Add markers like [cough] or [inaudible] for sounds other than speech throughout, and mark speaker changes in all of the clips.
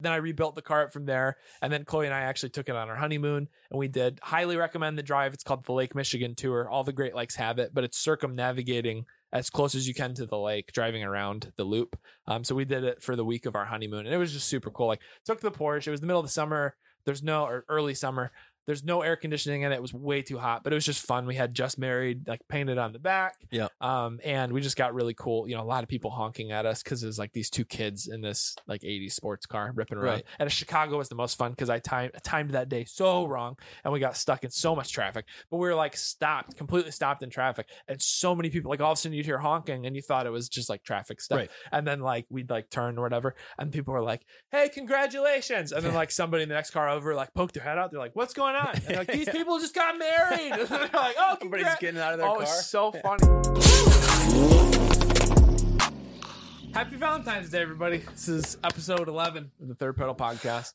Speaker 1: Then I rebuilt the cart from there, and then Chloe and I actually took it on our honeymoon, and we did. Highly recommend the drive. It's called the Lake Michigan Tour. All the Great Lakes have it, but it's circumnavigating as close as you can to the lake, driving around the loop. Um, so we did it for the week of our honeymoon, and it was just super cool. Like took the Porsche. It was the middle of the summer. There's no or early summer. There's no air conditioning in it. It was way too hot, but it was just fun. We had just married, like painted on the back.
Speaker 2: Yeah.
Speaker 1: Um, and we just got really cool. You know, a lot of people honking at us because it was like these two kids in this like 80s sports car ripping around.
Speaker 2: Right.
Speaker 1: And Chicago was the most fun because I timed timed that day so wrong and we got stuck in so much traffic. But we were like stopped, completely stopped in traffic. And so many people, like all of a sudden you'd hear honking and you thought it was just like traffic stuff.
Speaker 2: Right.
Speaker 1: And then like we'd like turn or whatever, and people were like, Hey, congratulations. And then like somebody in the next car over like poked their head out. They're like, What's going on? And
Speaker 2: [laughs]
Speaker 1: like, these people just got married. [laughs] And they're like, Oh,
Speaker 2: Somebody's
Speaker 1: congrats."
Speaker 2: getting out of their
Speaker 1: oh,
Speaker 2: car.
Speaker 1: it's so funny. Happy Valentine's Day, everybody. This is episode 11 of the Third Pedal Podcast.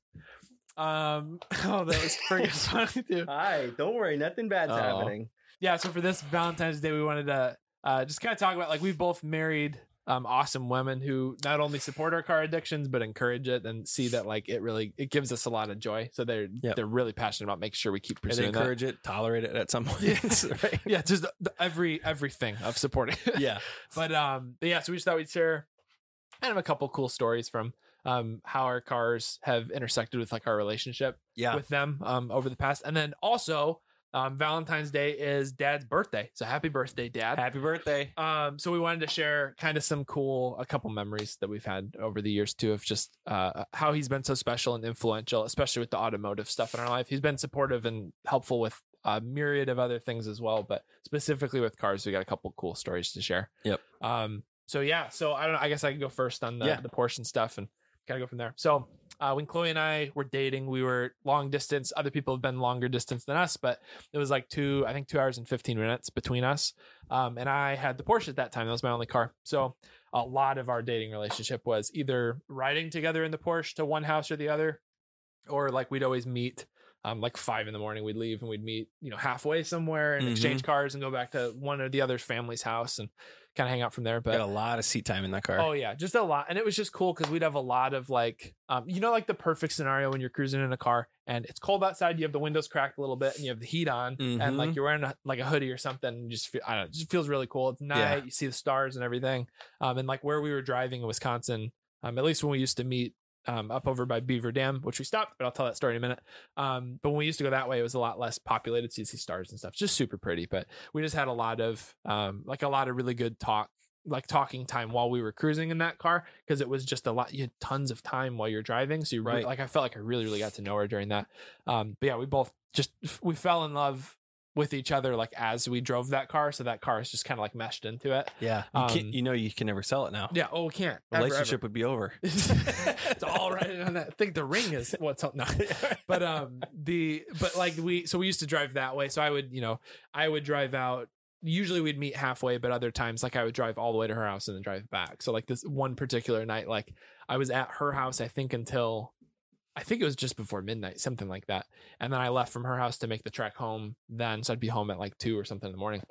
Speaker 1: Um, [laughs] oh, that was freaking [laughs] funny, too.
Speaker 3: Hi, don't worry, nothing bad's
Speaker 2: Oh.
Speaker 3: happening.
Speaker 1: Yeah, so for this Valentine's Day, we wanted to uh, just kind of talk about like we've both married um, awesome women who not only support our car addictions but encourage it and see that like it really it gives us a lot of joy. So they're
Speaker 2: Yep.
Speaker 1: they're really passionate about making sure we keep
Speaker 2: And
Speaker 1: pursuing that.
Speaker 2: encourage it, tolerate it at some [laughs] point.
Speaker 1: Yeah.
Speaker 2: Right?
Speaker 1: Yeah, just the, the- every everything of supporting. [laughs]
Speaker 2: yeah.
Speaker 1: but um but yeah so we just thought we'd share kind of a couple cool stories from um how our cars have intersected with like our relationship
Speaker 2: Yeah.
Speaker 1: with them um over the past and then also um valentine's day is dad's birthday so happy birthday dad
Speaker 2: Happy birthday.
Speaker 1: um so we wanted to share kind of some cool a couple memories that we've had over the years too of just uh how he's been so special and influential especially with the automotive stuff in our life he's been supportive and helpful with a myriad of other things as well but specifically with cars we got a couple cool stories to share
Speaker 2: Yep.
Speaker 1: um so yeah so i don't know i guess i can go first on the,
Speaker 2: Yeah.
Speaker 1: the portion stuff and kind of go from there so uh, when Chloe and I were dating, we were long distance. Other people have been longer distance than us, but it was like two, I think two hours and 15 minutes between us. Um, and I had the Porsche at that time. That was my only car. So a lot of our dating relationship was either riding together in the Porsche to one house or the other, or like we'd always meet um, like five in the morning. We'd leave and we'd meet, you know, halfway somewhere and
Speaker 2: Mhm.
Speaker 1: exchange cars and go back to one or the other's family's house and kind of hang out from there. But
Speaker 2: Got a lot of seat time in that car.
Speaker 1: Oh yeah, just a lot, and it was just cool because we'd have a lot of like, um, you know, like the perfect scenario when you're cruising in a car and it's cold outside, you have the windows cracked a little bit, and you have the heat on, and like
Speaker 2: Mhm.
Speaker 1: you're wearing a, like a hoodie or something, and just feel, I don't know, it just feels really cool. It's night,
Speaker 2: Yeah.
Speaker 1: you see the stars and everything, um, and like where we were driving in Wisconsin, um, at least when we used to meet. Um, up over by Beaver Dam, which we stopped, but I'll tell that story in a minute. Um, but when we used to go that way, it was a lot less populated, so you see stars and stuff. It's just super pretty, but we just had a lot of um, like a lot of really good talk like talking time while we were cruising in that car because it was just a lot you had tons of time while you're driving so you re-
Speaker 2: Right.
Speaker 1: like i felt like i really really got to know her during that um but yeah we both just we fell in love with each other like as we drove that car so that car is just kind of like meshed into it
Speaker 2: Yeah. You, can't-
Speaker 1: Um,
Speaker 2: you know you can never sell it now.
Speaker 1: yeah oh we can't Ever, ever.
Speaker 2: Relationship would be over.
Speaker 1: it's all right on that. I think the ring is what's up. No, [laughs] but um, the but like we so we used to drive that way. So I would you know I would drive out. Usually we'd meet halfway, but other times like I would drive all the way to her house and then drive back. So like this one particular night, like I was at her house I think until I think it was just before midnight, something like that. And then I left from her house to make the trek home. Then so I'd be home at like two or something in the morning.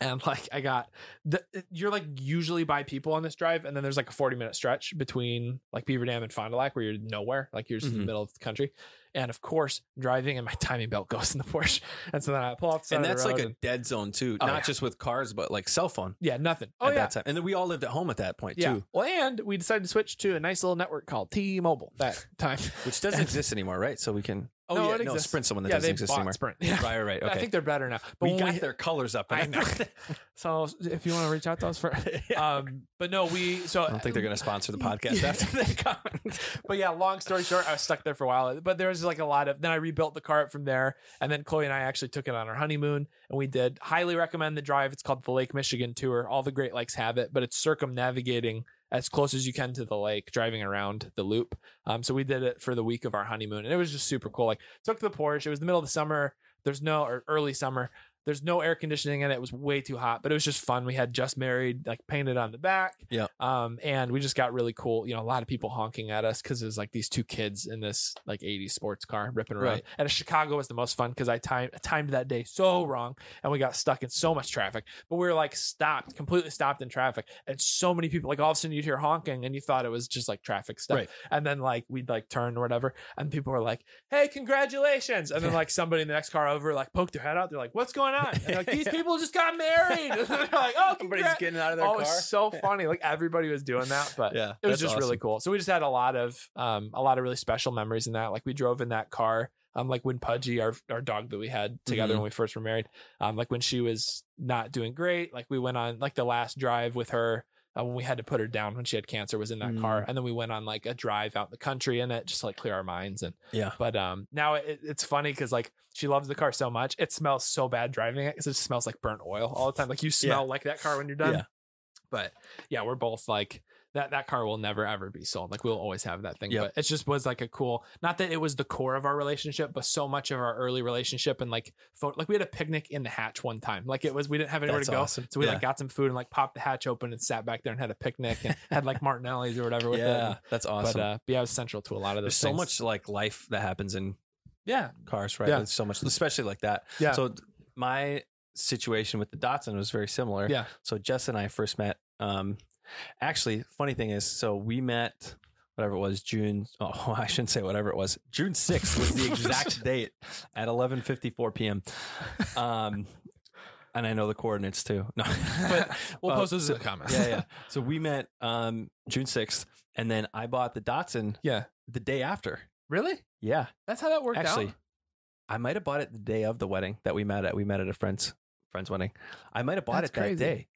Speaker 1: And like I got the, uh, you're like usually by people on this drive, and then there's like a 40 minute stretch between like Beaver Dam and Fond du Lac where you're nowhere, like you're just in
Speaker 2: Mhm.
Speaker 1: the middle of the country. And of course, driving and my [laughs] timing belt goes in the Porsche, and so then I pull off. The side
Speaker 2: and
Speaker 1: of the
Speaker 2: that's like
Speaker 1: road
Speaker 2: a
Speaker 1: and-
Speaker 2: dead zone too,
Speaker 1: Oh,
Speaker 2: not
Speaker 1: yeah.
Speaker 2: just with cars, but like cell phone
Speaker 1: yeah, nothing. Oh
Speaker 2: at
Speaker 1: yeah,
Speaker 2: that time. And then we all lived at home at that point
Speaker 1: yeah.
Speaker 2: too,
Speaker 1: Well, and we decided to switch to a nice little network called T-Mobile [laughs] that time.
Speaker 2: which doesn't
Speaker 1: [laughs] And-
Speaker 2: exist anymore, right? So we can. Oh
Speaker 1: No,
Speaker 2: yeah,
Speaker 1: it
Speaker 2: no,
Speaker 1: exists.
Speaker 2: Sprint's the one that
Speaker 1: yeah,
Speaker 2: doesn't
Speaker 1: they
Speaker 2: exist
Speaker 1: bought
Speaker 2: anymore.
Speaker 1: Sprint. [laughs] Yeah.
Speaker 2: Right, right, okay.
Speaker 1: I think they're better now. But
Speaker 2: we
Speaker 1: when
Speaker 2: got their colors up. And
Speaker 1: [laughs] I
Speaker 2: [laughs] I,
Speaker 1: know. So if you want to reach out to us for, [laughs] um, but no, we. So
Speaker 2: I don't think they're going to sponsor the
Speaker 1: [laughs]
Speaker 2: podcast
Speaker 1: Yeah.
Speaker 2: after that comment.
Speaker 1: [laughs] but yeah, long story short, I was stuck there for a while. But there was like a lot of. Then I rebuilt the cart from there, and then Chloe and I actually took it on our honeymoon, and we did. Highly recommend the drive. It's called the Lake Michigan Tour. All the Great Lakes have it, but it's circumnavigating as close as you can to the lake, driving around the loop. Um, so we did it for the week of our honeymoon, and it was just super cool. Like took the Porsche. It was the middle of the summer. There's no or early summer. There's no air conditioning in it. It was way too hot, but it was just fun. We had just married, like painted on the back.
Speaker 2: Yeah.
Speaker 1: Um, and we just got really cool. You know, a lot of people honking at us because it was like these two kids in this like 80s sports car ripping around.
Speaker 2: Right.
Speaker 1: And Chicago was the most fun because I timed timed that day so wrong and we got stuck in so much traffic. But we were like stopped, completely stopped in traffic. And so many people, like all of a sudden you'd hear honking and you thought it was just like traffic stuff.
Speaker 2: Right.
Speaker 1: And then like we'd like turn or whatever, and people were like, Hey, congratulations. And then like somebody in the next car over like poked their head out. They're like, What's going on? And like, these people just got married. [laughs] And they're like, Oh,
Speaker 2: Everybody's
Speaker 1: congra-
Speaker 2: getting out of their
Speaker 1: Oh,
Speaker 2: car.
Speaker 1: it's so funny. Like everybody was doing that, but
Speaker 2: yeah,
Speaker 1: it was
Speaker 2: that's
Speaker 1: just really
Speaker 2: awesome.
Speaker 1: cool. So we just had a lot of um a lot of really special memories in that. Like we drove in that car. Um, like when Pudgy, our our dog that we had together
Speaker 2: Mhm.
Speaker 1: when we first were married, um, like when she was not doing great, like we went on like the last drive with her uh, when we had to put her down when she had cancer was in that
Speaker 2: Mm.
Speaker 1: car, and then we went on like a drive out in the country in it just to, like clear our minds and
Speaker 2: Yeah.
Speaker 1: But um, now it, it's funny because like she loves the car so much, it smells so bad driving it because it smells like burnt oil all the time. Like you smell like that car when you're done.
Speaker 2: Yeah.
Speaker 1: But yeah, we're both like that. That car will never ever be sold. Like we'll always have that thing.
Speaker 2: Yep.
Speaker 1: But it just was like a cool. Not that it was the core of our relationship, but so much of our early relationship and like photo. Like we had a picnic in the hatch one time. Like it was we didn't have anywhere
Speaker 2: That's
Speaker 1: to go,
Speaker 2: awesome.
Speaker 1: so we
Speaker 2: Yeah.
Speaker 1: like got some food and like popped the hatch open and sat back there and had a picnic and had
Speaker 2: [laughs]
Speaker 1: like Martinelli's or whatever with it.
Speaker 2: Yeah,
Speaker 1: And-
Speaker 2: that's awesome.
Speaker 1: But uh, yeah, it was central to a lot of
Speaker 2: There's
Speaker 1: those.
Speaker 2: so
Speaker 1: things.
Speaker 2: much like life that happens in
Speaker 1: Yeah.
Speaker 2: cars, right?
Speaker 1: Yeah.
Speaker 2: There's so much, especially like that.
Speaker 1: Yeah.
Speaker 2: So th- my situation with the Datsun was very similar.
Speaker 1: Yeah.
Speaker 2: So Jess and I first met. Um, actually, funny thing is, so we met whatever it was June. [laughs] Oh, I shouldn't say whatever it was. June sixth was the
Speaker 1: [laughs]
Speaker 2: exact date at eleven fifty four p.m. Um, and I know the coordinates too. [laughs] No,
Speaker 1: But [laughs] We'll
Speaker 2: Uh,
Speaker 1: post those
Speaker 2: so-
Speaker 1: in the comments.
Speaker 2: yeah, yeah. [laughs] So we met um June sixth, and then I bought the Datsun
Speaker 1: Yeah.
Speaker 2: the day after.
Speaker 1: [laughs] Really?
Speaker 2: Yeah,
Speaker 1: That's how that worked
Speaker 2: actually,
Speaker 1: out.
Speaker 2: I might have bought it the day of the wedding that we met at. We met at a friend's friend's wedding. I might have bought
Speaker 1: That's
Speaker 2: it
Speaker 1: crazy.
Speaker 2: that day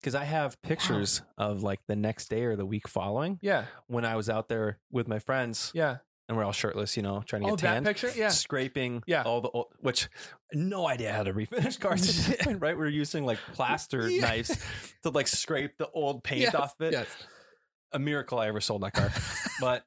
Speaker 2: because I have pictures of like the next day or the week following
Speaker 1: Yeah.
Speaker 2: when I was out there with my friends
Speaker 1: Yeah.
Speaker 2: and we're all shirtless, you know, trying to
Speaker 1: Oh,
Speaker 2: get
Speaker 1: that
Speaker 2: tanned.
Speaker 1: picture.
Speaker 2: [laughs]
Speaker 1: Yeah.
Speaker 2: Scraping
Speaker 1: Yeah.
Speaker 2: all the old, which no idea how to [laughs] refinish cars
Speaker 1: [laughs]
Speaker 2: at this point, right? We're using like plaster
Speaker 1: Yeah.
Speaker 2: knives to like scrape the
Speaker 1: [laughs]
Speaker 2: old paint
Speaker 1: Yes,
Speaker 2: off of it.
Speaker 1: Yes.
Speaker 2: A miracle I ever sold that [laughs] car. But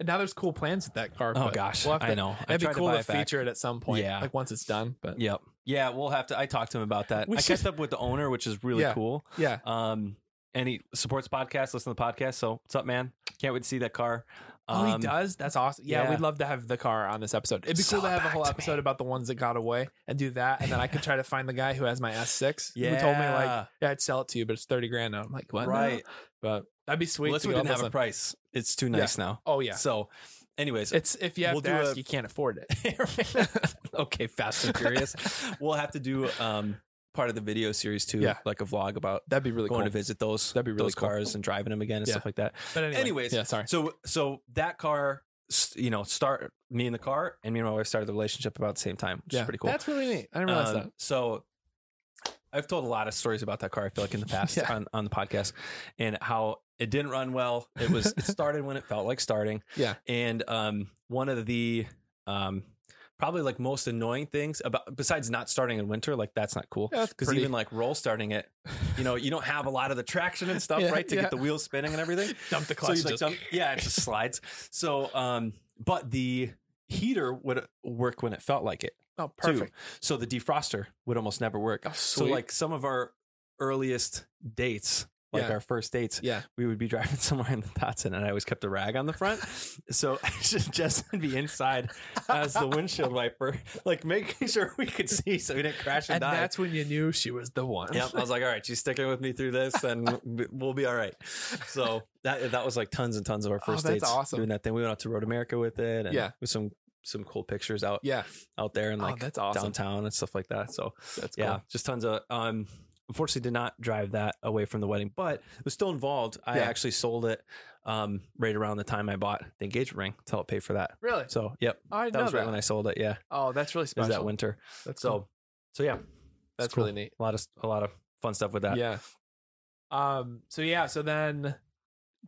Speaker 1: And now there's cool plans with that car.
Speaker 2: oh
Speaker 1: but
Speaker 2: gosh,
Speaker 1: we'll have to-
Speaker 2: I know. I
Speaker 1: It'd
Speaker 2: tried
Speaker 1: be cool
Speaker 2: buy
Speaker 1: to,
Speaker 2: it back.
Speaker 1: feature it at some point.
Speaker 2: Yeah.
Speaker 1: Like once it's done. But
Speaker 2: Yep. Yeah, we'll have to. I talked to him about that.
Speaker 1: We
Speaker 2: I
Speaker 1: should-
Speaker 2: catched up with the owner, which is really
Speaker 1: Yeah.
Speaker 2: cool.
Speaker 1: yeah.
Speaker 2: Um, and he supports the podcast, listen to the podcast. So what's up, man? Can't wait to see that car.
Speaker 1: Oh, he
Speaker 2: Um,
Speaker 1: does. That's awesome. Yeah,
Speaker 2: yeah.
Speaker 1: we'd love to have the car on this episode. It'd be
Speaker 2: Sell
Speaker 1: cool to
Speaker 2: it
Speaker 1: have a
Speaker 2: back
Speaker 1: whole
Speaker 2: to me.
Speaker 1: episode about the ones that got away and do that, and then I could try to find the guy who has my S6. Who told me like,
Speaker 2: Yeah.
Speaker 1: yeah, I'd sell it to you, but it's thirty grand now. I'm like, what? No.
Speaker 2: right.
Speaker 1: But that'd be sweet.
Speaker 2: Well,
Speaker 1: to
Speaker 2: this one
Speaker 1: go
Speaker 2: didn't have a
Speaker 1: listen.
Speaker 2: price. It's too
Speaker 1: Yeah.
Speaker 2: nice now.
Speaker 1: Oh yeah.
Speaker 2: So, anyways,
Speaker 1: It's if you have
Speaker 2: We'll
Speaker 1: to
Speaker 2: do
Speaker 1: ask,
Speaker 2: a-
Speaker 1: you can't afford it.
Speaker 2: [laughs] okay, Fast and Furious.
Speaker 1: [laughs]
Speaker 2: we'll have to do um part of the video series too,
Speaker 1: Yeah.
Speaker 2: like a vlog about
Speaker 1: [laughs] That'd be really
Speaker 2: going
Speaker 1: cool.
Speaker 2: to visit those
Speaker 1: That'd be really
Speaker 2: those
Speaker 1: cool.
Speaker 2: cars and driving them again and
Speaker 1: Yeah.
Speaker 2: stuff like that.
Speaker 1: But anyway,
Speaker 2: Anyways,
Speaker 1: yeah, sorry.
Speaker 2: So so that car, s- you know, start me in the car, and me and my wife started the relationship about the same time, which
Speaker 1: yeah,
Speaker 2: is pretty cool.
Speaker 1: That's really neat. I didn't realize
Speaker 2: Um,
Speaker 1: that.
Speaker 2: So I've told a lot of stories about that car. I feel like
Speaker 1: [laughs]
Speaker 2: in the past
Speaker 1: Yeah.
Speaker 2: on on the podcast, and how it didn't run well. It was
Speaker 1: [laughs]
Speaker 2: it started when it felt like starting.
Speaker 1: Yeah.
Speaker 2: and um, one of the um. Probably like most annoying things about besides not starting in winter, like that's not cool.
Speaker 1: Yeah, that's
Speaker 2: Because
Speaker 1: pretty-
Speaker 2: even like roll starting it, you know, you don't have a lot of the
Speaker 1: [laughs]
Speaker 2: traction and stuff,
Speaker 1: Yeah,
Speaker 2: right? To
Speaker 1: yeah.
Speaker 2: get the wheels spinning and everything
Speaker 1: dump the
Speaker 2: so
Speaker 1: clutch.
Speaker 2: you like
Speaker 1: just-
Speaker 2: dump, yeah,
Speaker 1: [laughs]
Speaker 2: it just slides. So, um, but the heater would work when it felt like it.
Speaker 1: oh, perfect.
Speaker 2: So the defroster would almost never work.
Speaker 1: Oh,
Speaker 2: so
Speaker 1: sweet.
Speaker 2: like some of our earliest dates, like
Speaker 1: Yeah.
Speaker 2: our first dates,
Speaker 1: Yeah.
Speaker 2: we would be [laughs] driving somewhere in the Datsun, and I always kept a rag on the front. so [laughs] Jess would be inside as the windshield wiper, like making sure we could see so we didn't crash and,
Speaker 1: And
Speaker 2: die.
Speaker 1: that's when you knew she was the one.
Speaker 2: Yep. I was like, all right, she's sticking with me through this,
Speaker 1: [laughs]
Speaker 2: and we'll be all right. So that that was like tons and tons of our
Speaker 1: Oh,
Speaker 2: first
Speaker 1: that's
Speaker 2: dates
Speaker 1: awesome.
Speaker 2: doing that thing. We went out to Road America with it, and
Speaker 1: Yeah.
Speaker 2: with some some cool pictures out
Speaker 1: Yeah.
Speaker 2: out there and
Speaker 1: oh,
Speaker 2: like
Speaker 1: that's awesome.
Speaker 2: downtown and stuff like that. So
Speaker 1: That's
Speaker 2: yeah,
Speaker 1: cool.
Speaker 2: just tons of. Um, unfortunately, did not drive that away from the wedding, but it was still involved. I
Speaker 1: Yeah.
Speaker 2: actually sold it um right around the time I bought the engagement ring to help pay for that.
Speaker 1: Really?
Speaker 2: So yep,
Speaker 1: Oh, I didn't
Speaker 2: that
Speaker 1: know
Speaker 2: was right
Speaker 1: that.
Speaker 2: when I sold it. Yeah, it
Speaker 1: oh, that's really
Speaker 2: was
Speaker 1: special.
Speaker 2: that winter.
Speaker 1: That's
Speaker 2: So
Speaker 1: cool.
Speaker 2: so yeah,
Speaker 1: that's
Speaker 2: it's cool.
Speaker 1: really neat.
Speaker 2: a lot of a lot of fun stuff with that.
Speaker 1: Yeah. Um. So yeah. So then,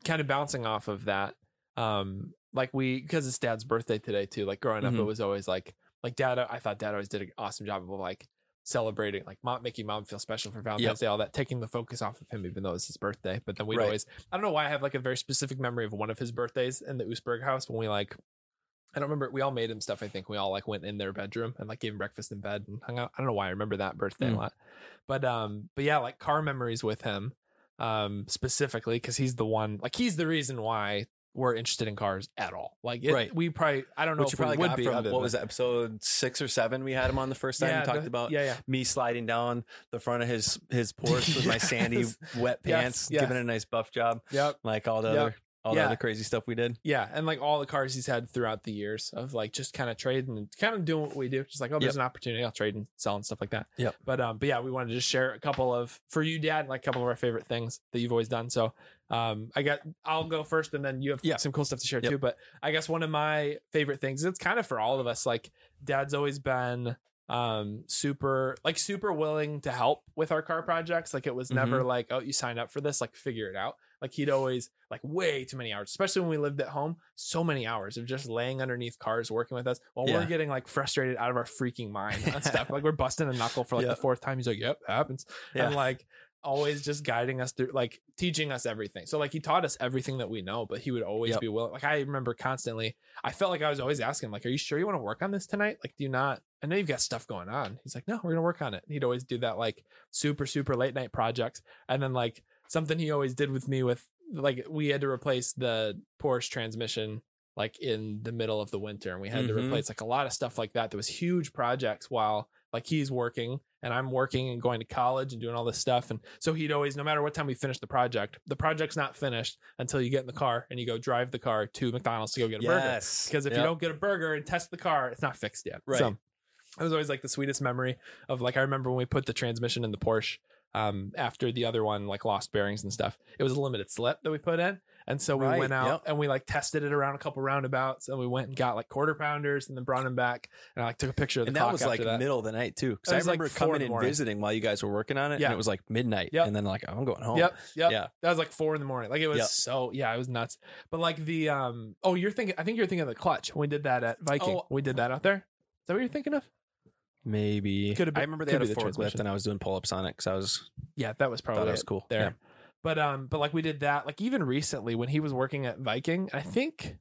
Speaker 1: kind of bouncing off of that, um, like we because it's Dad's birthday today too. Like growing up, it
Speaker 2: Mhm.
Speaker 1: was always like like Dad. I thought Dad always did an awesome job of like celebrating, like mom making mom feel special for Valentine's Day, all that, taking the focus off of him, even though it's his birthday. But then we would
Speaker 2: Right.
Speaker 1: always, I don't know why I have like a very specific memory of one of his birthdays in the Oosberg house when we like I don't remember. We all made him stuff. I think we all like went in their bedroom and like gave him breakfast in bed and hung out. I don't know why I remember that birthday
Speaker 2: Mm.
Speaker 1: a lot, but um, but yeah, like car memories with him, um, specifically because he's the one. Like he's the reason why we're interested in cars at all. Like it,
Speaker 2: Right.
Speaker 1: we probably I don't know
Speaker 2: Which you
Speaker 1: if we
Speaker 2: probably
Speaker 1: would
Speaker 2: got
Speaker 1: be.
Speaker 2: from
Speaker 1: other
Speaker 2: what
Speaker 1: than-
Speaker 2: was that episode six or seven? We had him on the first time.
Speaker 1: yeah,
Speaker 2: and talked
Speaker 1: the-
Speaker 2: about
Speaker 1: yeah yeah
Speaker 2: me sliding down the front of his
Speaker 1: [laughs]
Speaker 2: his Porsche with my sandy
Speaker 1: Yes.
Speaker 2: wet
Speaker 1: Yes,
Speaker 2: pants,
Speaker 1: yes.
Speaker 2: giving it a nice buff job,
Speaker 1: yep
Speaker 2: like all the
Speaker 1: Yep.
Speaker 2: other all
Speaker 1: Yeah.
Speaker 2: the other crazy stuff we did.
Speaker 1: Yeah, and like all the cars he's had throughout the years of like just kind of trading and kind of doing what we do. Just like, oh, there's
Speaker 2: Yep.
Speaker 1: an opportunity, I'll trade and sell and stuff like that.
Speaker 2: Yep.
Speaker 1: But um, but yeah, we wanted to just share a couple of for you, Dad, like a couple of our favorite things that you've always done. So um I got I'll go first and then you have
Speaker 2: Yeah.
Speaker 1: some cool stuff to share
Speaker 2: Yep.
Speaker 1: too. But I guess one of my favorite things, it's kind of for all of us, like dad's always been um super like super willing to help with our car projects. Like it was never
Speaker 2: Mm-hmm.
Speaker 1: like, oh, you sign up for this, like figure it out. Like he'd always like way too many hours, especially when we lived at home. So many hours of just laying underneath cars, working with us while we're
Speaker 2: Yeah.
Speaker 1: getting like frustrated out of our freaking mind and
Speaker 2: [laughs]
Speaker 1: stuff. like we're busting a knuckle for like
Speaker 2: Yeah.
Speaker 1: the fourth time. He's like, "Yep, happens,"
Speaker 2: Yeah.
Speaker 1: and like always just guiding us through, like teaching us everything. So like he taught us everything that we know, but he would always
Speaker 2: Yep.
Speaker 1: be willing. Like I remember constantly, I felt like I was always asking, him, like, "Are you sure you want to work on this tonight? Like, do you not?" I know you've got stuff going on. He's like, "No, we're gonna work on it." And he'd always do that like super super late night projects, and then like something he always did with me with like we had to replace the Porsche transmission like in the middle of the winter and we had to
Speaker 2: Mhm.
Speaker 1: replace like a lot of stuff like that. There was huge projects while like he's working and I'm working and going to college and doing all this stuff. And so he'd always, no matter what time we finished the project, the project's not finished until you get in the car and you go drive the car to McDonald's to go get a burger
Speaker 2: Yes,
Speaker 1: because if you
Speaker 2: Yep.
Speaker 1: don't get a burger and test the car, it's not fixed yet.
Speaker 2: Right.
Speaker 1: So it was always like the sweetest memory of like I remember when we put the transmission in the Porsche um after the other one like lost bearings and stuff. It was a limited slip that we put in. And so we
Speaker 2: Right,
Speaker 1: went out
Speaker 2: yep.
Speaker 1: and we like tested it around a couple roundabouts and we went and got like quarter pounders and then brought them back and I like took a picture of the
Speaker 2: and
Speaker 1: clock
Speaker 2: that was
Speaker 1: after
Speaker 2: like
Speaker 1: that.
Speaker 2: middle of the night too. Because
Speaker 1: It
Speaker 2: I
Speaker 1: was, like,
Speaker 2: remember
Speaker 1: four in
Speaker 2: coming
Speaker 1: the
Speaker 2: and
Speaker 1: morning.
Speaker 2: visiting while you guys were working on it,
Speaker 1: Yeah.
Speaker 2: and it was like midnight,
Speaker 1: Yep.
Speaker 2: and then like I'm going home.
Speaker 1: Yep, yep.
Speaker 2: Yeah,
Speaker 1: That was like four in the morning. Like it was
Speaker 2: Yep.
Speaker 1: so yeah, it was nuts. But like the um oh you're thinking I think you're thinking of the clutch. We did that at Viking.
Speaker 2: Oh.
Speaker 1: We did that out there. Is that what you're thinking of?
Speaker 2: maybe.
Speaker 1: Could've been-
Speaker 2: I remember they
Speaker 1: could
Speaker 2: had
Speaker 1: be
Speaker 2: a
Speaker 1: the
Speaker 2: forklift,
Speaker 1: transmission.
Speaker 2: and I was doing pull ups on it because I was
Speaker 1: Yeah, that was probably
Speaker 2: thought it
Speaker 1: it.
Speaker 2: was cool.
Speaker 1: there. But um, but like we did that, like even recently when he was working at Viking, I think,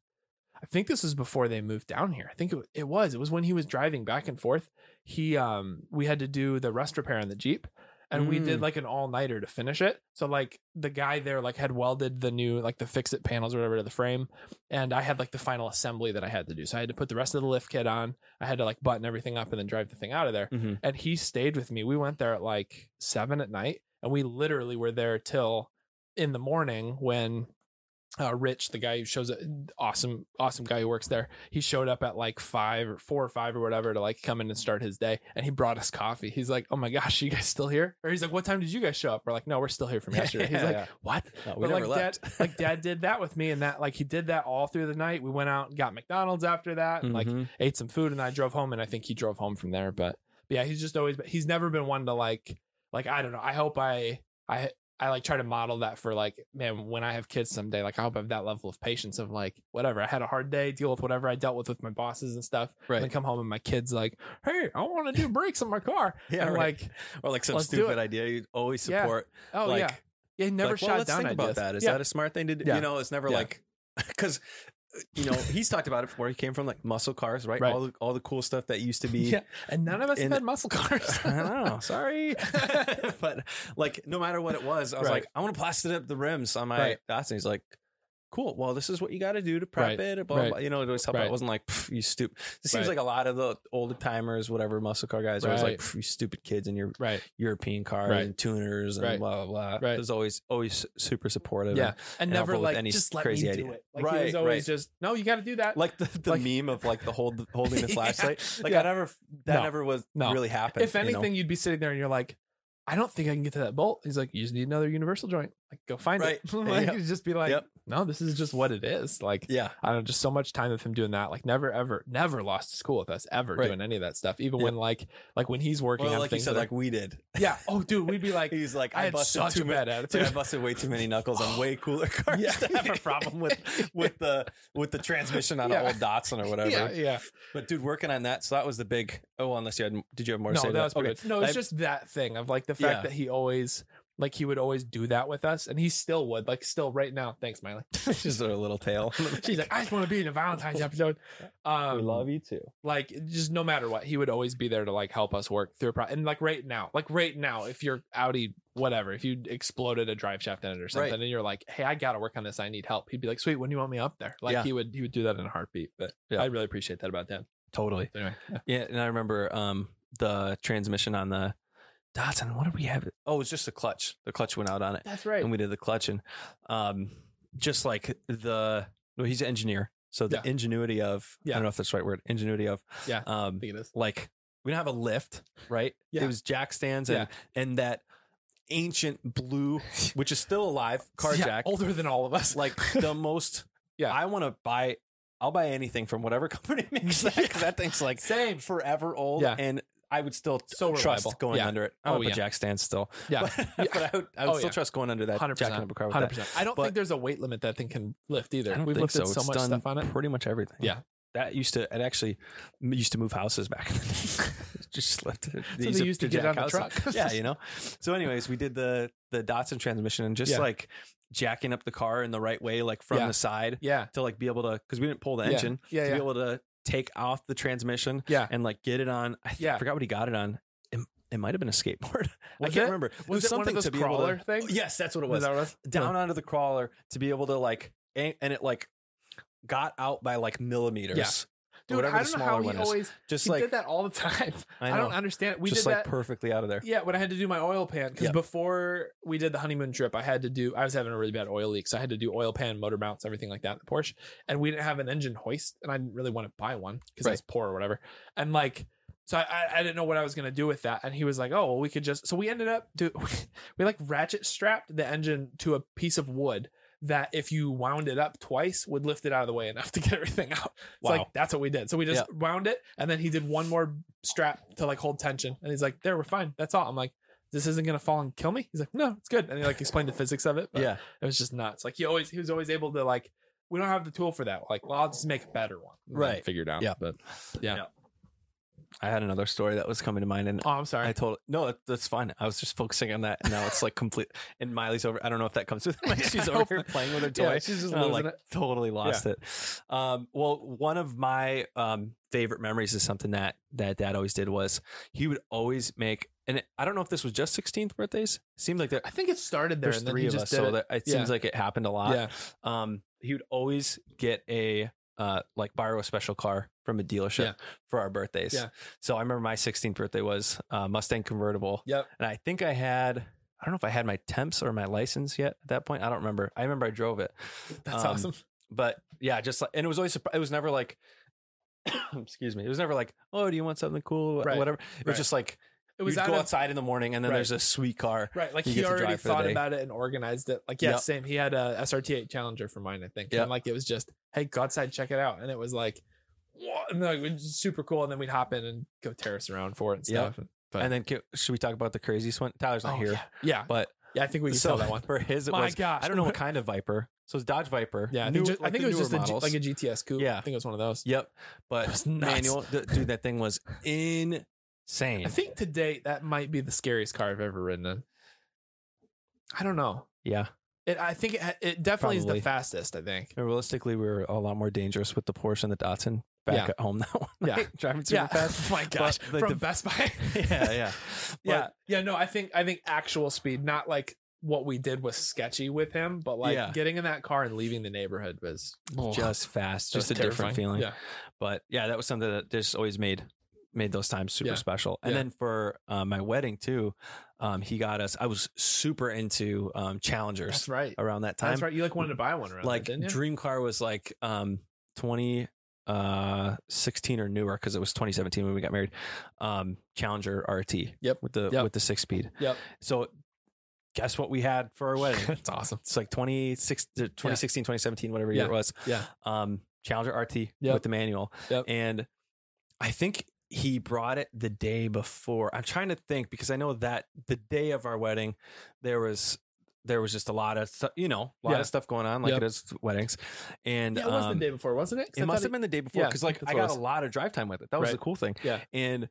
Speaker 1: I think this was before they moved down here. I think it, it was. It was when he was driving back and forth. He um, we had to do the rust repair on the Jeep, and we did
Speaker 2: Mm.
Speaker 1: like an all nighter to finish it. So like the guy there like had welded the new like the fix it panels or whatever to the frame, and I had like the final assembly that I had to do. So I had to put the rest of the lift kit on. I had to like button everything up and then drive the thing out of there
Speaker 2: Yeah. Mhm.
Speaker 1: and he stayed with me. We went there at like seven at night, and we literally were there till in the morning when uh, Rich, the guy who shows up, awesome, awesome guy who works there, he showed up at like five or four or five or whatever to like come in and start his day, and he brought us coffee. He's like, "Oh my gosh, you guys still here?" Or he's like, "What time did you guys show up?" We're like, "No, we're still [laughs] here from yesterday." He's like,
Speaker 2: Yeah.
Speaker 1: "What?"
Speaker 2: [laughs] No, we
Speaker 1: But,
Speaker 2: never
Speaker 1: like,
Speaker 2: left.
Speaker 1: Like
Speaker 2: [laughs]
Speaker 1: Dad did that with me, and that like he did that all through the night. We went out and got McDonald's after that, and like
Speaker 2: Mhm.
Speaker 1: ate some food and I drove home and I think he drove home from there. But, but yeah, he's just always but he's never been one to like like I don't know. I hope I I I like try to model that for like man when I have kids someday. Like I hope I have that level of patience of like whatever I had a hard day, deal with whatever I dealt with with my bosses and stuff, and then
Speaker 2: right.
Speaker 1: come home and my kids like hey I want
Speaker 2: [laughs]
Speaker 1: to do brakes on my car.
Speaker 2: Yeah,
Speaker 1: and
Speaker 2: right.
Speaker 1: like
Speaker 2: or like some
Speaker 1: let's do it.
Speaker 2: stupid idea you always
Speaker 1: Yeah.
Speaker 2: support.
Speaker 1: oh
Speaker 2: like,
Speaker 1: yeah yeah he never
Speaker 2: like,
Speaker 1: shot
Speaker 2: well, let's
Speaker 1: down
Speaker 2: think
Speaker 1: ideas.
Speaker 2: about that. Is
Speaker 1: yeah.
Speaker 2: that a smart thing to do?
Speaker 1: Yeah.
Speaker 2: You know, it's never
Speaker 1: Yeah.
Speaker 2: like [laughs] because you know he's talked about it before. He came from like muscle cars, right?
Speaker 1: Right.
Speaker 2: All the all the cool stuff that used to be.
Speaker 1: yeah, and none of us
Speaker 2: in-
Speaker 1: have had muscle cars.
Speaker 2: [laughs]
Speaker 1: [laughs]
Speaker 2: I don't know. Sorry, [laughs] but like no matter what it was, I was
Speaker 1: Right.
Speaker 2: like, I want to plaster up the rims on my
Speaker 1: Right.
Speaker 2: dots, and he's like. Cool. Well, this is what you got to do to prep
Speaker 1: Right.
Speaker 2: it. Blah, blah,
Speaker 1: Right.
Speaker 2: blah. You know, it always helped. out.
Speaker 1: Right.
Speaker 2: It wasn't like "Pff, you stupid. This seems
Speaker 1: Right.
Speaker 2: like a lot of the older timers, whatever muscle car guys, are always
Speaker 1: Right.
Speaker 2: like "Pff, you stupid kids, and you're
Speaker 1: right.
Speaker 2: European cars
Speaker 1: Right.
Speaker 2: and tuners and
Speaker 1: Right.
Speaker 2: blah blah blah.
Speaker 1: Right.
Speaker 2: There's always always super supportive.
Speaker 1: Yeah.
Speaker 2: and
Speaker 1: And,
Speaker 2: And
Speaker 1: never
Speaker 2: helpful with
Speaker 1: like
Speaker 2: any
Speaker 1: just let
Speaker 2: crazy
Speaker 1: me do
Speaker 2: idea.
Speaker 1: it. Like he
Speaker 2: Right,
Speaker 1: was always
Speaker 2: right.
Speaker 1: just no, you got to do that.
Speaker 2: like the, the
Speaker 1: Like-
Speaker 2: meme of like the [laughs] hold holding the
Speaker 1: Yeah.
Speaker 2: flashlight. Like
Speaker 1: Yeah.
Speaker 2: I never that
Speaker 1: No.
Speaker 2: never was
Speaker 1: No.
Speaker 2: really happened.
Speaker 1: if anything, you would be sitting there and you're like, I don't think I can get to that bolt. He's like, you just need another universal joint. Like, go find it.
Speaker 2: Right.
Speaker 1: [laughs] like,
Speaker 2: Yep.
Speaker 1: you'd just be like,
Speaker 2: Yep.
Speaker 1: no, this is just what it is. Like,
Speaker 2: you know? yeah,
Speaker 1: I don't know, just so much time of him doing that. Like, never, ever, never lost his cool with us ever
Speaker 2: Right.
Speaker 1: doing any of that stuff. Even when like, like when he's working
Speaker 2: well,
Speaker 1: on
Speaker 2: like you
Speaker 1: things,
Speaker 2: said,
Speaker 1: that
Speaker 2: like we did.
Speaker 1: are- [laughs] yeah. Oh, dude, we'd be like,
Speaker 2: [laughs] He's like,
Speaker 1: I
Speaker 2: I,
Speaker 1: had
Speaker 2: busted
Speaker 1: such
Speaker 2: too
Speaker 1: a
Speaker 2: many.
Speaker 1: bad
Speaker 2: Dude, [laughs] I
Speaker 1: attitude.
Speaker 2: busted way too many knuckles
Speaker 1: [laughs]
Speaker 2: on way cooler cars [laughs]
Speaker 1: Yeah.
Speaker 2: to have a problem with with the with the transmission on
Speaker 1: Yeah.
Speaker 2: an old Datsun
Speaker 1: [laughs]
Speaker 2: or whatever.
Speaker 1: yeah, yeah.
Speaker 2: But dude, working on that, so that was the big. Oh, unless you had, did you have more? to
Speaker 1: no,
Speaker 2: say
Speaker 1: that
Speaker 2: to
Speaker 1: was pretty
Speaker 2: Okay.
Speaker 1: much- No, it's
Speaker 2: I-
Speaker 1: just that thing of like the fact
Speaker 2: Yeah.
Speaker 1: that he always Like he would always do that with us, and he still would. Like still right now. Thanks, Miley.
Speaker 2: [laughs] just a little tail.
Speaker 1: [laughs] She's like, I just want to be in a Valentine's episode. Um,
Speaker 2: [laughs] we love you too.
Speaker 1: like just no matter what, he would always be there to like help us work through a problem. And like right now, like right now, if you're Audi, whatever, if you exploded a drive shaft in it or something,
Speaker 2: Right.
Speaker 1: and you're like, hey, I gotta work on this, I need help. He'd be like, sweet, when do you want me up there? Like
Speaker 2: Yeah.
Speaker 1: he would, he would do that in a heartbeat. But
Speaker 2: Yeah.
Speaker 1: I really appreciate that about Dan.
Speaker 2: Totally.
Speaker 1: Anyway,
Speaker 2: Yeah, and I remember um the transmission on the Datsun. What did we have? Oh, it was just the clutch. The clutch went out on it,
Speaker 1: that's right.
Speaker 2: and we did the clutch, and um, just like the well, he's an engineer, so the
Speaker 1: Yeah.
Speaker 2: ingenuity of I
Speaker 1: Yeah.
Speaker 2: don't know if that's the right word. Ingenuity of
Speaker 1: Yeah.
Speaker 2: um, like we don't have a lift, right?
Speaker 1: Yeah.
Speaker 2: It was jack stands and and that ancient blue, [laughs] which is still alive, car jack
Speaker 1: older than all of us. [laughs]
Speaker 2: [laughs] like the most.
Speaker 1: Yeah.
Speaker 2: I want to buy. I'll buy anything from whatever [laughs] company makes that 'cause that thing's like
Speaker 1: Same.
Speaker 2: forever old.
Speaker 1: Yeah.
Speaker 2: and I would still
Speaker 1: So
Speaker 2: trust
Speaker 1: reliable.
Speaker 2: going
Speaker 1: Yeah.
Speaker 2: under it. I
Speaker 1: Oh,
Speaker 2: would put
Speaker 1: yeah.
Speaker 2: jack stand still.
Speaker 1: Yeah.
Speaker 2: [laughs] but, but I would, I would
Speaker 1: Oh,
Speaker 2: still
Speaker 1: yeah.
Speaker 2: tracking going under that
Speaker 1: Hundred
Speaker 2: jack
Speaker 1: percent.
Speaker 2: and upper car. With
Speaker 1: Hundred
Speaker 2: that.
Speaker 1: percent. I don't
Speaker 2: But-
Speaker 1: think there's a weight limit that thing can lift either.
Speaker 2: I don't
Speaker 1: We've
Speaker 2: think
Speaker 1: lifted
Speaker 2: so.
Speaker 1: so
Speaker 2: It's
Speaker 1: much
Speaker 2: done
Speaker 1: stuff on it.
Speaker 2: Pretty much everything.
Speaker 1: Yeah.
Speaker 2: That used to, it actually m- used to move houses back. in the
Speaker 1: [laughs]
Speaker 2: day. [laughs] Just slipped. it.
Speaker 1: So they used to get
Speaker 2: jack
Speaker 1: on the
Speaker 2: houses.
Speaker 1: truck.
Speaker 2: yeah, you know. So, anyways, we did the the Datsun transmission and just
Speaker 1: Yeah.
Speaker 2: like jacking up the car in the right way, like from
Speaker 1: Yeah.
Speaker 2: the side
Speaker 1: yeah,
Speaker 2: to like be able to because we didn't pull the
Speaker 1: Yeah.
Speaker 2: engine
Speaker 1: yeah,
Speaker 2: to
Speaker 1: yeah.
Speaker 2: be able to take off the transmission
Speaker 1: Yeah.
Speaker 2: and like get it on. I th-
Speaker 1: Yeah.
Speaker 2: forgot what he got it on. It, it might have been a skateboard. [laughs] I
Speaker 1: Was
Speaker 2: can't
Speaker 1: it?
Speaker 2: remember. It
Speaker 1: Was it one of those
Speaker 2: able
Speaker 1: crawler things?
Speaker 2: Yes, that's what it
Speaker 1: Is
Speaker 2: was.
Speaker 1: that what it was?
Speaker 2: Down onto the crawler to be able to like, and, and it like got out by like millimeters.
Speaker 1: Dude,
Speaker 2: whatever
Speaker 1: I
Speaker 2: the
Speaker 1: don't know
Speaker 2: smaller
Speaker 1: how he
Speaker 2: one is.
Speaker 1: always
Speaker 2: Just
Speaker 1: he
Speaker 2: like
Speaker 1: did that all the [laughs] time.
Speaker 2: I
Speaker 1: I,
Speaker 2: know,
Speaker 1: don't understand. it. We
Speaker 2: just
Speaker 1: did
Speaker 2: like
Speaker 1: that.
Speaker 2: perfectly out of there.
Speaker 1: yeah, when I had to do my oil pan, because
Speaker 2: Yeah.
Speaker 1: before we did the honeymoon trip, I had to do. I was having a really bad oil leak, so I had to do oil pan, motor mounts, everything like that in the Porsche. And we didn't have an engine hoist, and I didn't really want to buy one because I was poor or whatever. And like, so I, I I didn't know what I was gonna do with that. And he was like, "Oh, well, we could just." So we ended up do [laughs] we like ratchet strapped the engine to a piece of wood that if you wound it up twice would lift it out of the way enough [laughs] to get everything out. It's
Speaker 2: Wow.
Speaker 1: like that's what we did. So we just wound it and then he did one more strap to like hold tension. And he's like, There, we're fine. That's all. I'm like, this isn't gonna fall and kill me. He's like, No, it's good. And he like explained the physics of it. But
Speaker 2: Yeah.
Speaker 1: It was just nuts. Like he always he was always able to like we don't have the tool for that. Like, well, I'll just make a better one. and then
Speaker 2: Right.
Speaker 1: Figure it out.
Speaker 2: Yeah.
Speaker 1: But yeah.
Speaker 2: Yeah. I had another story that was coming to mind, and
Speaker 1: Oh, I'm sorry.
Speaker 2: I told no, that- that's fine. I was just focusing on that, and now it's like complete. And Miley's over. I don't know if that comes
Speaker 1: [laughs]
Speaker 2: with like [laughs] she's
Speaker 1: I
Speaker 2: over
Speaker 1: hope-
Speaker 2: here playing with her toy.
Speaker 1: Yeah, she's just
Speaker 2: And I,
Speaker 1: losing
Speaker 2: like
Speaker 1: it.
Speaker 2: totally lost it. Um, well, one of my um, favorite memories is something that that dad always did was he would always make, and I don't know if this was just 16th birthdays. Seemed like there,
Speaker 1: I think it started there
Speaker 2: there's
Speaker 1: and then
Speaker 2: three
Speaker 1: he
Speaker 2: of
Speaker 1: just
Speaker 2: us,
Speaker 1: did
Speaker 2: so
Speaker 1: it.
Speaker 2: that, it
Speaker 1: Yeah.
Speaker 2: seems like it happened a lot.
Speaker 1: yeah.
Speaker 2: Um, he would always get a uh, like borrow a special car from a dealership
Speaker 1: Yeah.
Speaker 2: for our birthdays.
Speaker 1: Yeah.
Speaker 2: So I remember my 16th birthday was uh, Mustang convertible.
Speaker 1: Yep.
Speaker 2: And I think I had, I don't know if I had my temps or my license yet at that point. I don't remember. I remember I drove it.
Speaker 1: That's
Speaker 2: Um,
Speaker 1: awesome.
Speaker 2: But yeah, just like, and it was always, surpri- it was never like, [coughs] excuse me, it was never like, oh, do you want something cool?
Speaker 1: Right.
Speaker 2: Whatever. It was
Speaker 1: Right.
Speaker 2: just like,
Speaker 1: It was
Speaker 2: you'd
Speaker 1: out
Speaker 2: go
Speaker 1: of
Speaker 2: outside in the morning and then
Speaker 1: Right.
Speaker 2: there's a sweet car.
Speaker 1: Right, like
Speaker 2: You
Speaker 1: he
Speaker 2: get to
Speaker 1: already
Speaker 2: drive for the
Speaker 1: thought
Speaker 2: day.
Speaker 1: about it and organized it. Like, yeah,
Speaker 2: Yep.
Speaker 1: same. He had a SRT8 Challenger for mine, I think.
Speaker 2: Yep.
Speaker 1: And like it was just, hey, go outside, check it out. And it was like, what? And like, it was just super cool. And then we'd hop in and go terrace around for it and
Speaker 2: Yep.
Speaker 1: stuff. But-
Speaker 2: and then can, should we talk about the craziest one? Tyler's not
Speaker 1: Oh,
Speaker 2: here,
Speaker 1: Yeah. yeah,
Speaker 2: but
Speaker 1: yeah, I think we can
Speaker 2: so
Speaker 1: tell that one.
Speaker 2: [laughs] for his it
Speaker 1: My
Speaker 2: was
Speaker 1: gosh,
Speaker 2: I don't know what kind of Viper. So it's Dodge Viper.
Speaker 1: Yeah, I
Speaker 2: New-
Speaker 1: think, just,
Speaker 2: like
Speaker 1: I think
Speaker 2: the
Speaker 1: it was
Speaker 2: newer
Speaker 1: just a, G-
Speaker 2: models.
Speaker 1: like a GTS coupe.
Speaker 2: Yeah.
Speaker 1: I think it was one of those.
Speaker 2: Yep,
Speaker 1: It
Speaker 2: but
Speaker 1: was nuts.
Speaker 2: manual. th- dude, that thing was insane.
Speaker 1: I think to date that might be the scariest car I've ever ridden in. I don't know.
Speaker 2: yeah,
Speaker 1: It, I think it, ha- it definitely
Speaker 2: Probably.
Speaker 1: is the fastest. I think.
Speaker 2: And realistically, we were a lot more dangerous with the Porsche and the Datsun back
Speaker 1: Yeah.
Speaker 2: at home. [laughs] That one,
Speaker 1: Yeah.
Speaker 2: driving super
Speaker 1: yeah. [laughs]
Speaker 2: [laughs]
Speaker 1: Oh
Speaker 2: fast.
Speaker 1: my gosh.
Speaker 2: But, like,
Speaker 1: From
Speaker 2: the- [laughs]
Speaker 1: Best Buy.
Speaker 2: yeah, [laughs] yeah, yeah.
Speaker 1: yeah, yeah. No, I think I think actual speed, not like what we did was sketchy with him, but like
Speaker 2: Yeah.
Speaker 1: getting in that car and leaving the neighborhood was
Speaker 2: Just fast, just a different feeling.
Speaker 1: Yeah,
Speaker 2: But yeah, that was something that just always made made those times super
Speaker 1: Yeah.
Speaker 2: special. And
Speaker 1: Yeah.
Speaker 2: then for uh, my wedding too, um, he got us. I was super into um, Challengers
Speaker 1: that's right.
Speaker 2: around that time.
Speaker 1: That's right. You like wanted to buy one around,
Speaker 2: like
Speaker 1: there, didn't you?
Speaker 2: dream car was like um 20 uh 16 or newer because it was 2017 when we got married um challenger rt
Speaker 1: Yep.
Speaker 2: with the
Speaker 1: Yep.
Speaker 2: with the six speed
Speaker 1: Yep.
Speaker 2: so guess what we had for
Speaker 1: [laughs]
Speaker 2: our wedding
Speaker 1: That's awesome.
Speaker 2: it's like 26 2016 2017 whatever year
Speaker 1: Yeah.
Speaker 2: it was
Speaker 1: Yeah.
Speaker 2: um challenger rt
Speaker 1: Yep.
Speaker 2: with the manual
Speaker 1: Yep.
Speaker 2: and i think he brought it the day before i'm trying to think because i know that the day of our wedding there was there was just a lot of stu- you know a lot
Speaker 1: Yeah.
Speaker 2: of stuff going on like
Speaker 1: Yep.
Speaker 2: it is with weddings and
Speaker 1: Yeah, it was
Speaker 2: um,
Speaker 1: the day before, wasn't it? 'Cause I
Speaker 2: it must
Speaker 1: thought
Speaker 2: have been the day before
Speaker 1: yeah,
Speaker 2: because like
Speaker 1: that's
Speaker 2: i
Speaker 1: what it
Speaker 2: got a
Speaker 1: was.
Speaker 2: lot of drive time with it that was
Speaker 1: Right.
Speaker 2: the cool thing
Speaker 1: Yeah.
Speaker 2: and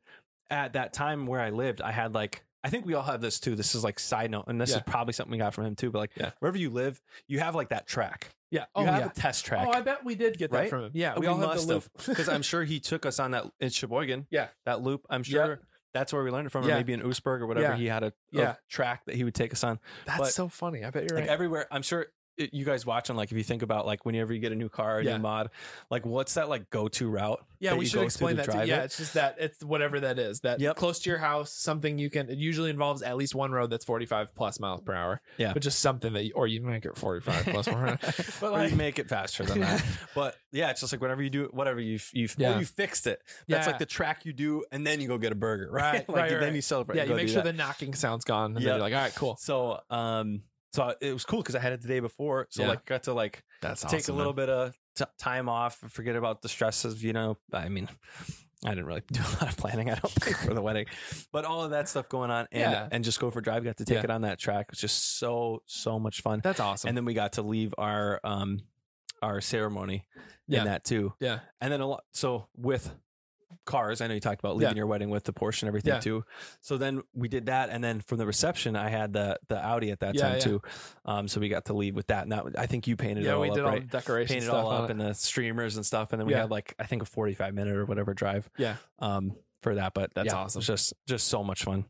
Speaker 2: at that time where i lived i had like I I think we all have this too. This is like side note, and this
Speaker 1: Yeah.
Speaker 2: is probably something we got from him too. But like
Speaker 1: Yeah.
Speaker 2: wherever you live, you have like that track.
Speaker 1: Yeah.
Speaker 2: You
Speaker 1: Oh
Speaker 2: have
Speaker 1: yeah.
Speaker 2: a test track.
Speaker 1: Oh, I bet we did get
Speaker 2: Right? Oh,
Speaker 1: that from him. Yeah,
Speaker 2: we,
Speaker 1: we, all have
Speaker 2: must
Speaker 1: the loop.
Speaker 2: have because I'm sure he took us on that in Sheboygan.
Speaker 1: Yeah.
Speaker 2: that loop. I'm
Speaker 1: Yeah.
Speaker 2: sure that's where we learned it from, or
Speaker 1: Yeah.
Speaker 2: maybe in Oosberg or whatever.
Speaker 1: Yeah.
Speaker 2: He had a, a
Speaker 1: Yeah.
Speaker 2: track that he would take us on.
Speaker 1: [laughs] That's
Speaker 2: But-
Speaker 1: so funny. I bet you're
Speaker 2: Like
Speaker 1: right.
Speaker 2: everywhere, I'm sure it, you guys watching. Like if you think about like whenever you get a new car, a
Speaker 1: Yeah.
Speaker 2: new mod, like what's that like go
Speaker 1: [laughs]
Speaker 2: to route?
Speaker 1: Yeah,
Speaker 2: that
Speaker 1: we
Speaker 2: you
Speaker 1: should
Speaker 2: go to
Speaker 1: explain
Speaker 2: to
Speaker 1: that. To,
Speaker 2: drive
Speaker 1: yeah,
Speaker 2: it?
Speaker 1: it's just that it's whatever that is. That
Speaker 2: Yep.
Speaker 1: close to your house, something you can. It usually involves at least one road that's 45 plus miles per hour.
Speaker 2: Yeah.
Speaker 1: but just something that, you, or you make it 45 plus miles per
Speaker 2: [laughs]
Speaker 1: hour.
Speaker 2: Or
Speaker 1: [laughs] But
Speaker 2: you
Speaker 1: like,
Speaker 2: make it faster
Speaker 1: [laughs]
Speaker 2: than that. But yeah, it's just like whenever you do whatever you you
Speaker 1: Yeah.
Speaker 2: or you fixed it. That's
Speaker 1: Yeah.
Speaker 2: like the track you do, and then you go get a burger, [laughs]
Speaker 1: Right,
Speaker 2: right? like
Speaker 1: right,
Speaker 2: then
Speaker 1: right.
Speaker 2: you celebrate.
Speaker 1: yeah,
Speaker 2: and
Speaker 1: you
Speaker 2: go
Speaker 1: make
Speaker 2: do
Speaker 1: sure
Speaker 2: that.
Speaker 1: the knocking sound's gone, and
Speaker 2: Yeah.
Speaker 1: then you're like, all right, cool.
Speaker 2: So um, so it was cool because I had it the day before, so
Speaker 1: Yeah.
Speaker 2: like got to like
Speaker 1: That's
Speaker 2: take a little bit of t- time off, and forget about the stresses. You know, I mean. [laughs] I didn't really do [laughs] a lot of planning. I don't think for the wedding, but all of that stuff going on, and
Speaker 1: Yeah.
Speaker 2: and just go for a drive. Got to take
Speaker 1: Yeah.
Speaker 2: it on that track. It was just so so much fun.
Speaker 1: That's awesome.
Speaker 2: and then we got to leave our um our ceremony
Speaker 1: Yeah.
Speaker 2: in that too.
Speaker 1: Yeah.
Speaker 2: And then a lot so with cars, I know you talked about leaving
Speaker 1: Yeah.
Speaker 2: your wedding with the Porsche and everything
Speaker 1: Yeah.
Speaker 2: too. So then we did that and then from the reception I had the the Audi at that
Speaker 1: Yeah,
Speaker 2: time
Speaker 1: yeah.
Speaker 2: too. Um so we got to leave with that and that was- I think you painted it
Speaker 1: yeah,
Speaker 2: all
Speaker 1: we
Speaker 2: up,
Speaker 1: did all
Speaker 2: right?
Speaker 1: the decoration
Speaker 2: painted it
Speaker 1: stuff
Speaker 2: all
Speaker 1: on
Speaker 2: up
Speaker 1: it.
Speaker 2: and the streamers and stuff and then we
Speaker 1: Yeah.
Speaker 2: had like I think a 45 minute or whatever drive.
Speaker 1: Yeah.
Speaker 2: Um for that but
Speaker 1: That's
Speaker 2: yeah, it
Speaker 1: awesome.
Speaker 2: was Just just so much fun.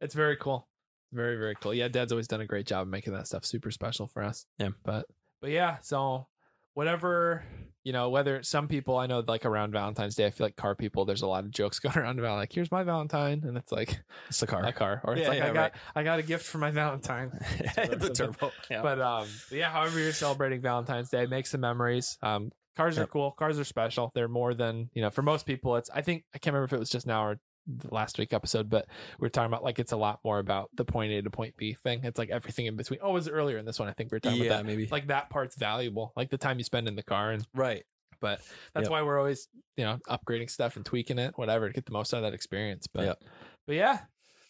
Speaker 1: It's very cool. Very, very cool. Yeah, Dad's always done a great job of making that stuff super special for us.
Speaker 2: Yeah.
Speaker 1: But but yeah, so whatever you know, whether some people I know like around Valentine's Day, I feel like car people, there's a lot of jokes [laughs] going around about like, here's my Valentine, and it's like
Speaker 2: It's the
Speaker 1: my
Speaker 2: car.
Speaker 1: car. Or it's
Speaker 2: Yeah,
Speaker 1: like
Speaker 2: yeah,
Speaker 1: I got I got a gift for my Valentine.
Speaker 2: [laughs] the turbo. Yeah.
Speaker 1: But um but [laughs] yeah, however you're celebrating Valentine's Day, make some memories. Um cars are
Speaker 2: Yep.
Speaker 1: cool. Cars are special. They're more than, you know, for most people it's I think I can't remember if it was just now or the last week episode, but we are talking about like it's a lot more about the point A to point B thing. It's like everything in between. Oh, it was earlier in this one, I think we were talking
Speaker 2: yeah,
Speaker 1: about that.
Speaker 2: maybe.
Speaker 1: Like that part's valuable. Like the time you spend in the car and
Speaker 2: right.
Speaker 1: but that's
Speaker 2: Yep.
Speaker 1: why we're always, you know, upgrading stuff and tweaking it, whatever, to get the most out of that experience. But
Speaker 2: Yep.
Speaker 1: but yeah.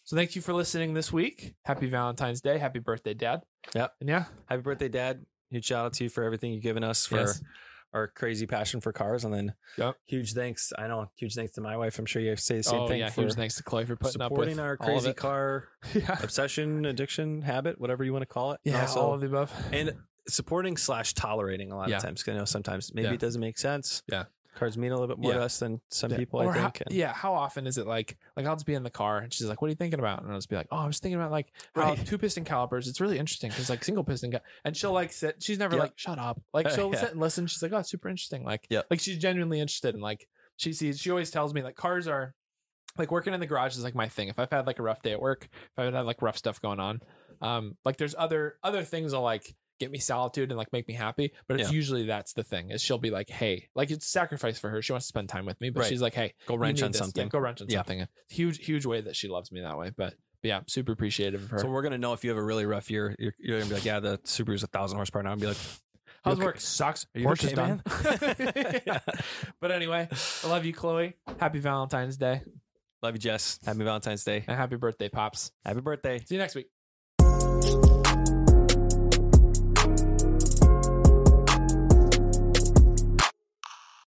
Speaker 1: So thank you for listening this week. Happy Valentine's Day. Happy birthday, Dad.
Speaker 2: Yep.
Speaker 1: And yeah.
Speaker 2: Happy birthday, Dad. Huge shout out to you for everything you've given us for
Speaker 1: Yes.
Speaker 2: our crazy passion for cars. And then
Speaker 1: Yep.
Speaker 2: huge thanks. I know, huge thanks to my wife. I'm sure you say the same
Speaker 1: oh,
Speaker 2: thing
Speaker 1: yeah,
Speaker 2: for
Speaker 1: huge thanks to Chloe for putting up
Speaker 2: supporting
Speaker 1: with
Speaker 2: our
Speaker 1: all of
Speaker 2: crazy
Speaker 1: it.
Speaker 2: car
Speaker 1: [laughs] Yeah,
Speaker 2: obsession, addiction, habit, whatever you want to call it. And
Speaker 1: yeah,
Speaker 2: also
Speaker 1: all of the above.
Speaker 2: and supporting slash tolerating a lot
Speaker 1: Yeah.
Speaker 2: of times. 'Cause I know sometimes maybe
Speaker 1: Yeah.
Speaker 2: it doesn't make sense.
Speaker 1: Yeah.
Speaker 2: Cars mean a little bit more
Speaker 1: Yeah.
Speaker 2: to us than some
Speaker 1: Yeah.
Speaker 2: people,
Speaker 1: Or
Speaker 2: I
Speaker 1: how-
Speaker 2: think. and-
Speaker 1: yeah, how often is it like like I'll just be in the car and she's like, "What are you thinking about?" And I'll just be like, "Oh, I'm just thinking about like how
Speaker 2: Right.
Speaker 1: two piston calipers. It's really interesting because like single piston." Cal-. And she'll like sit. She's never
Speaker 2: Yep.
Speaker 1: like shut up. [laughs] Like she'll
Speaker 2: Yeah.
Speaker 1: sit and listen. She's like, "Oh, it's super interesting." Like
Speaker 2: Yep.
Speaker 1: like she's genuinely interested in like she sees. She always tells me like cars are. Like working in the garage is like my thing. If I've had like a rough day at work, if I've had like rough stuff going on, um, like there's other other things that like get me solitude and like make me happy but it's
Speaker 2: Yeah.
Speaker 1: usually that's the thing is she'll be like hey like it's sacrifice for her she wants to spend time with me but
Speaker 2: Right.
Speaker 1: she's like hey
Speaker 2: Go
Speaker 1: you
Speaker 2: wrench
Speaker 1: need
Speaker 2: on
Speaker 1: this. Yeah,
Speaker 2: something.
Speaker 1: go wrench on
Speaker 2: Yeah.
Speaker 1: something huge huge way that she loves me that way but, but yeah super appreciative of her
Speaker 2: So we're gonna know if you have a really rough year. You're, you're gonna be like, yeah, the Subaru's a thousand horsepower now. And be like, [laughs]
Speaker 1: how's
Speaker 2: okay?
Speaker 1: work sucks
Speaker 2: Are you
Speaker 1: Work is
Speaker 2: okay, man?
Speaker 1: Yeah. [laughs]
Speaker 2: [laughs]
Speaker 1: but anyway i love you chloe happy valentine's day
Speaker 2: love you, Jess. Happy Valentine's Day.
Speaker 1: and happy birthday pops
Speaker 2: Happy birthday.
Speaker 1: see you next week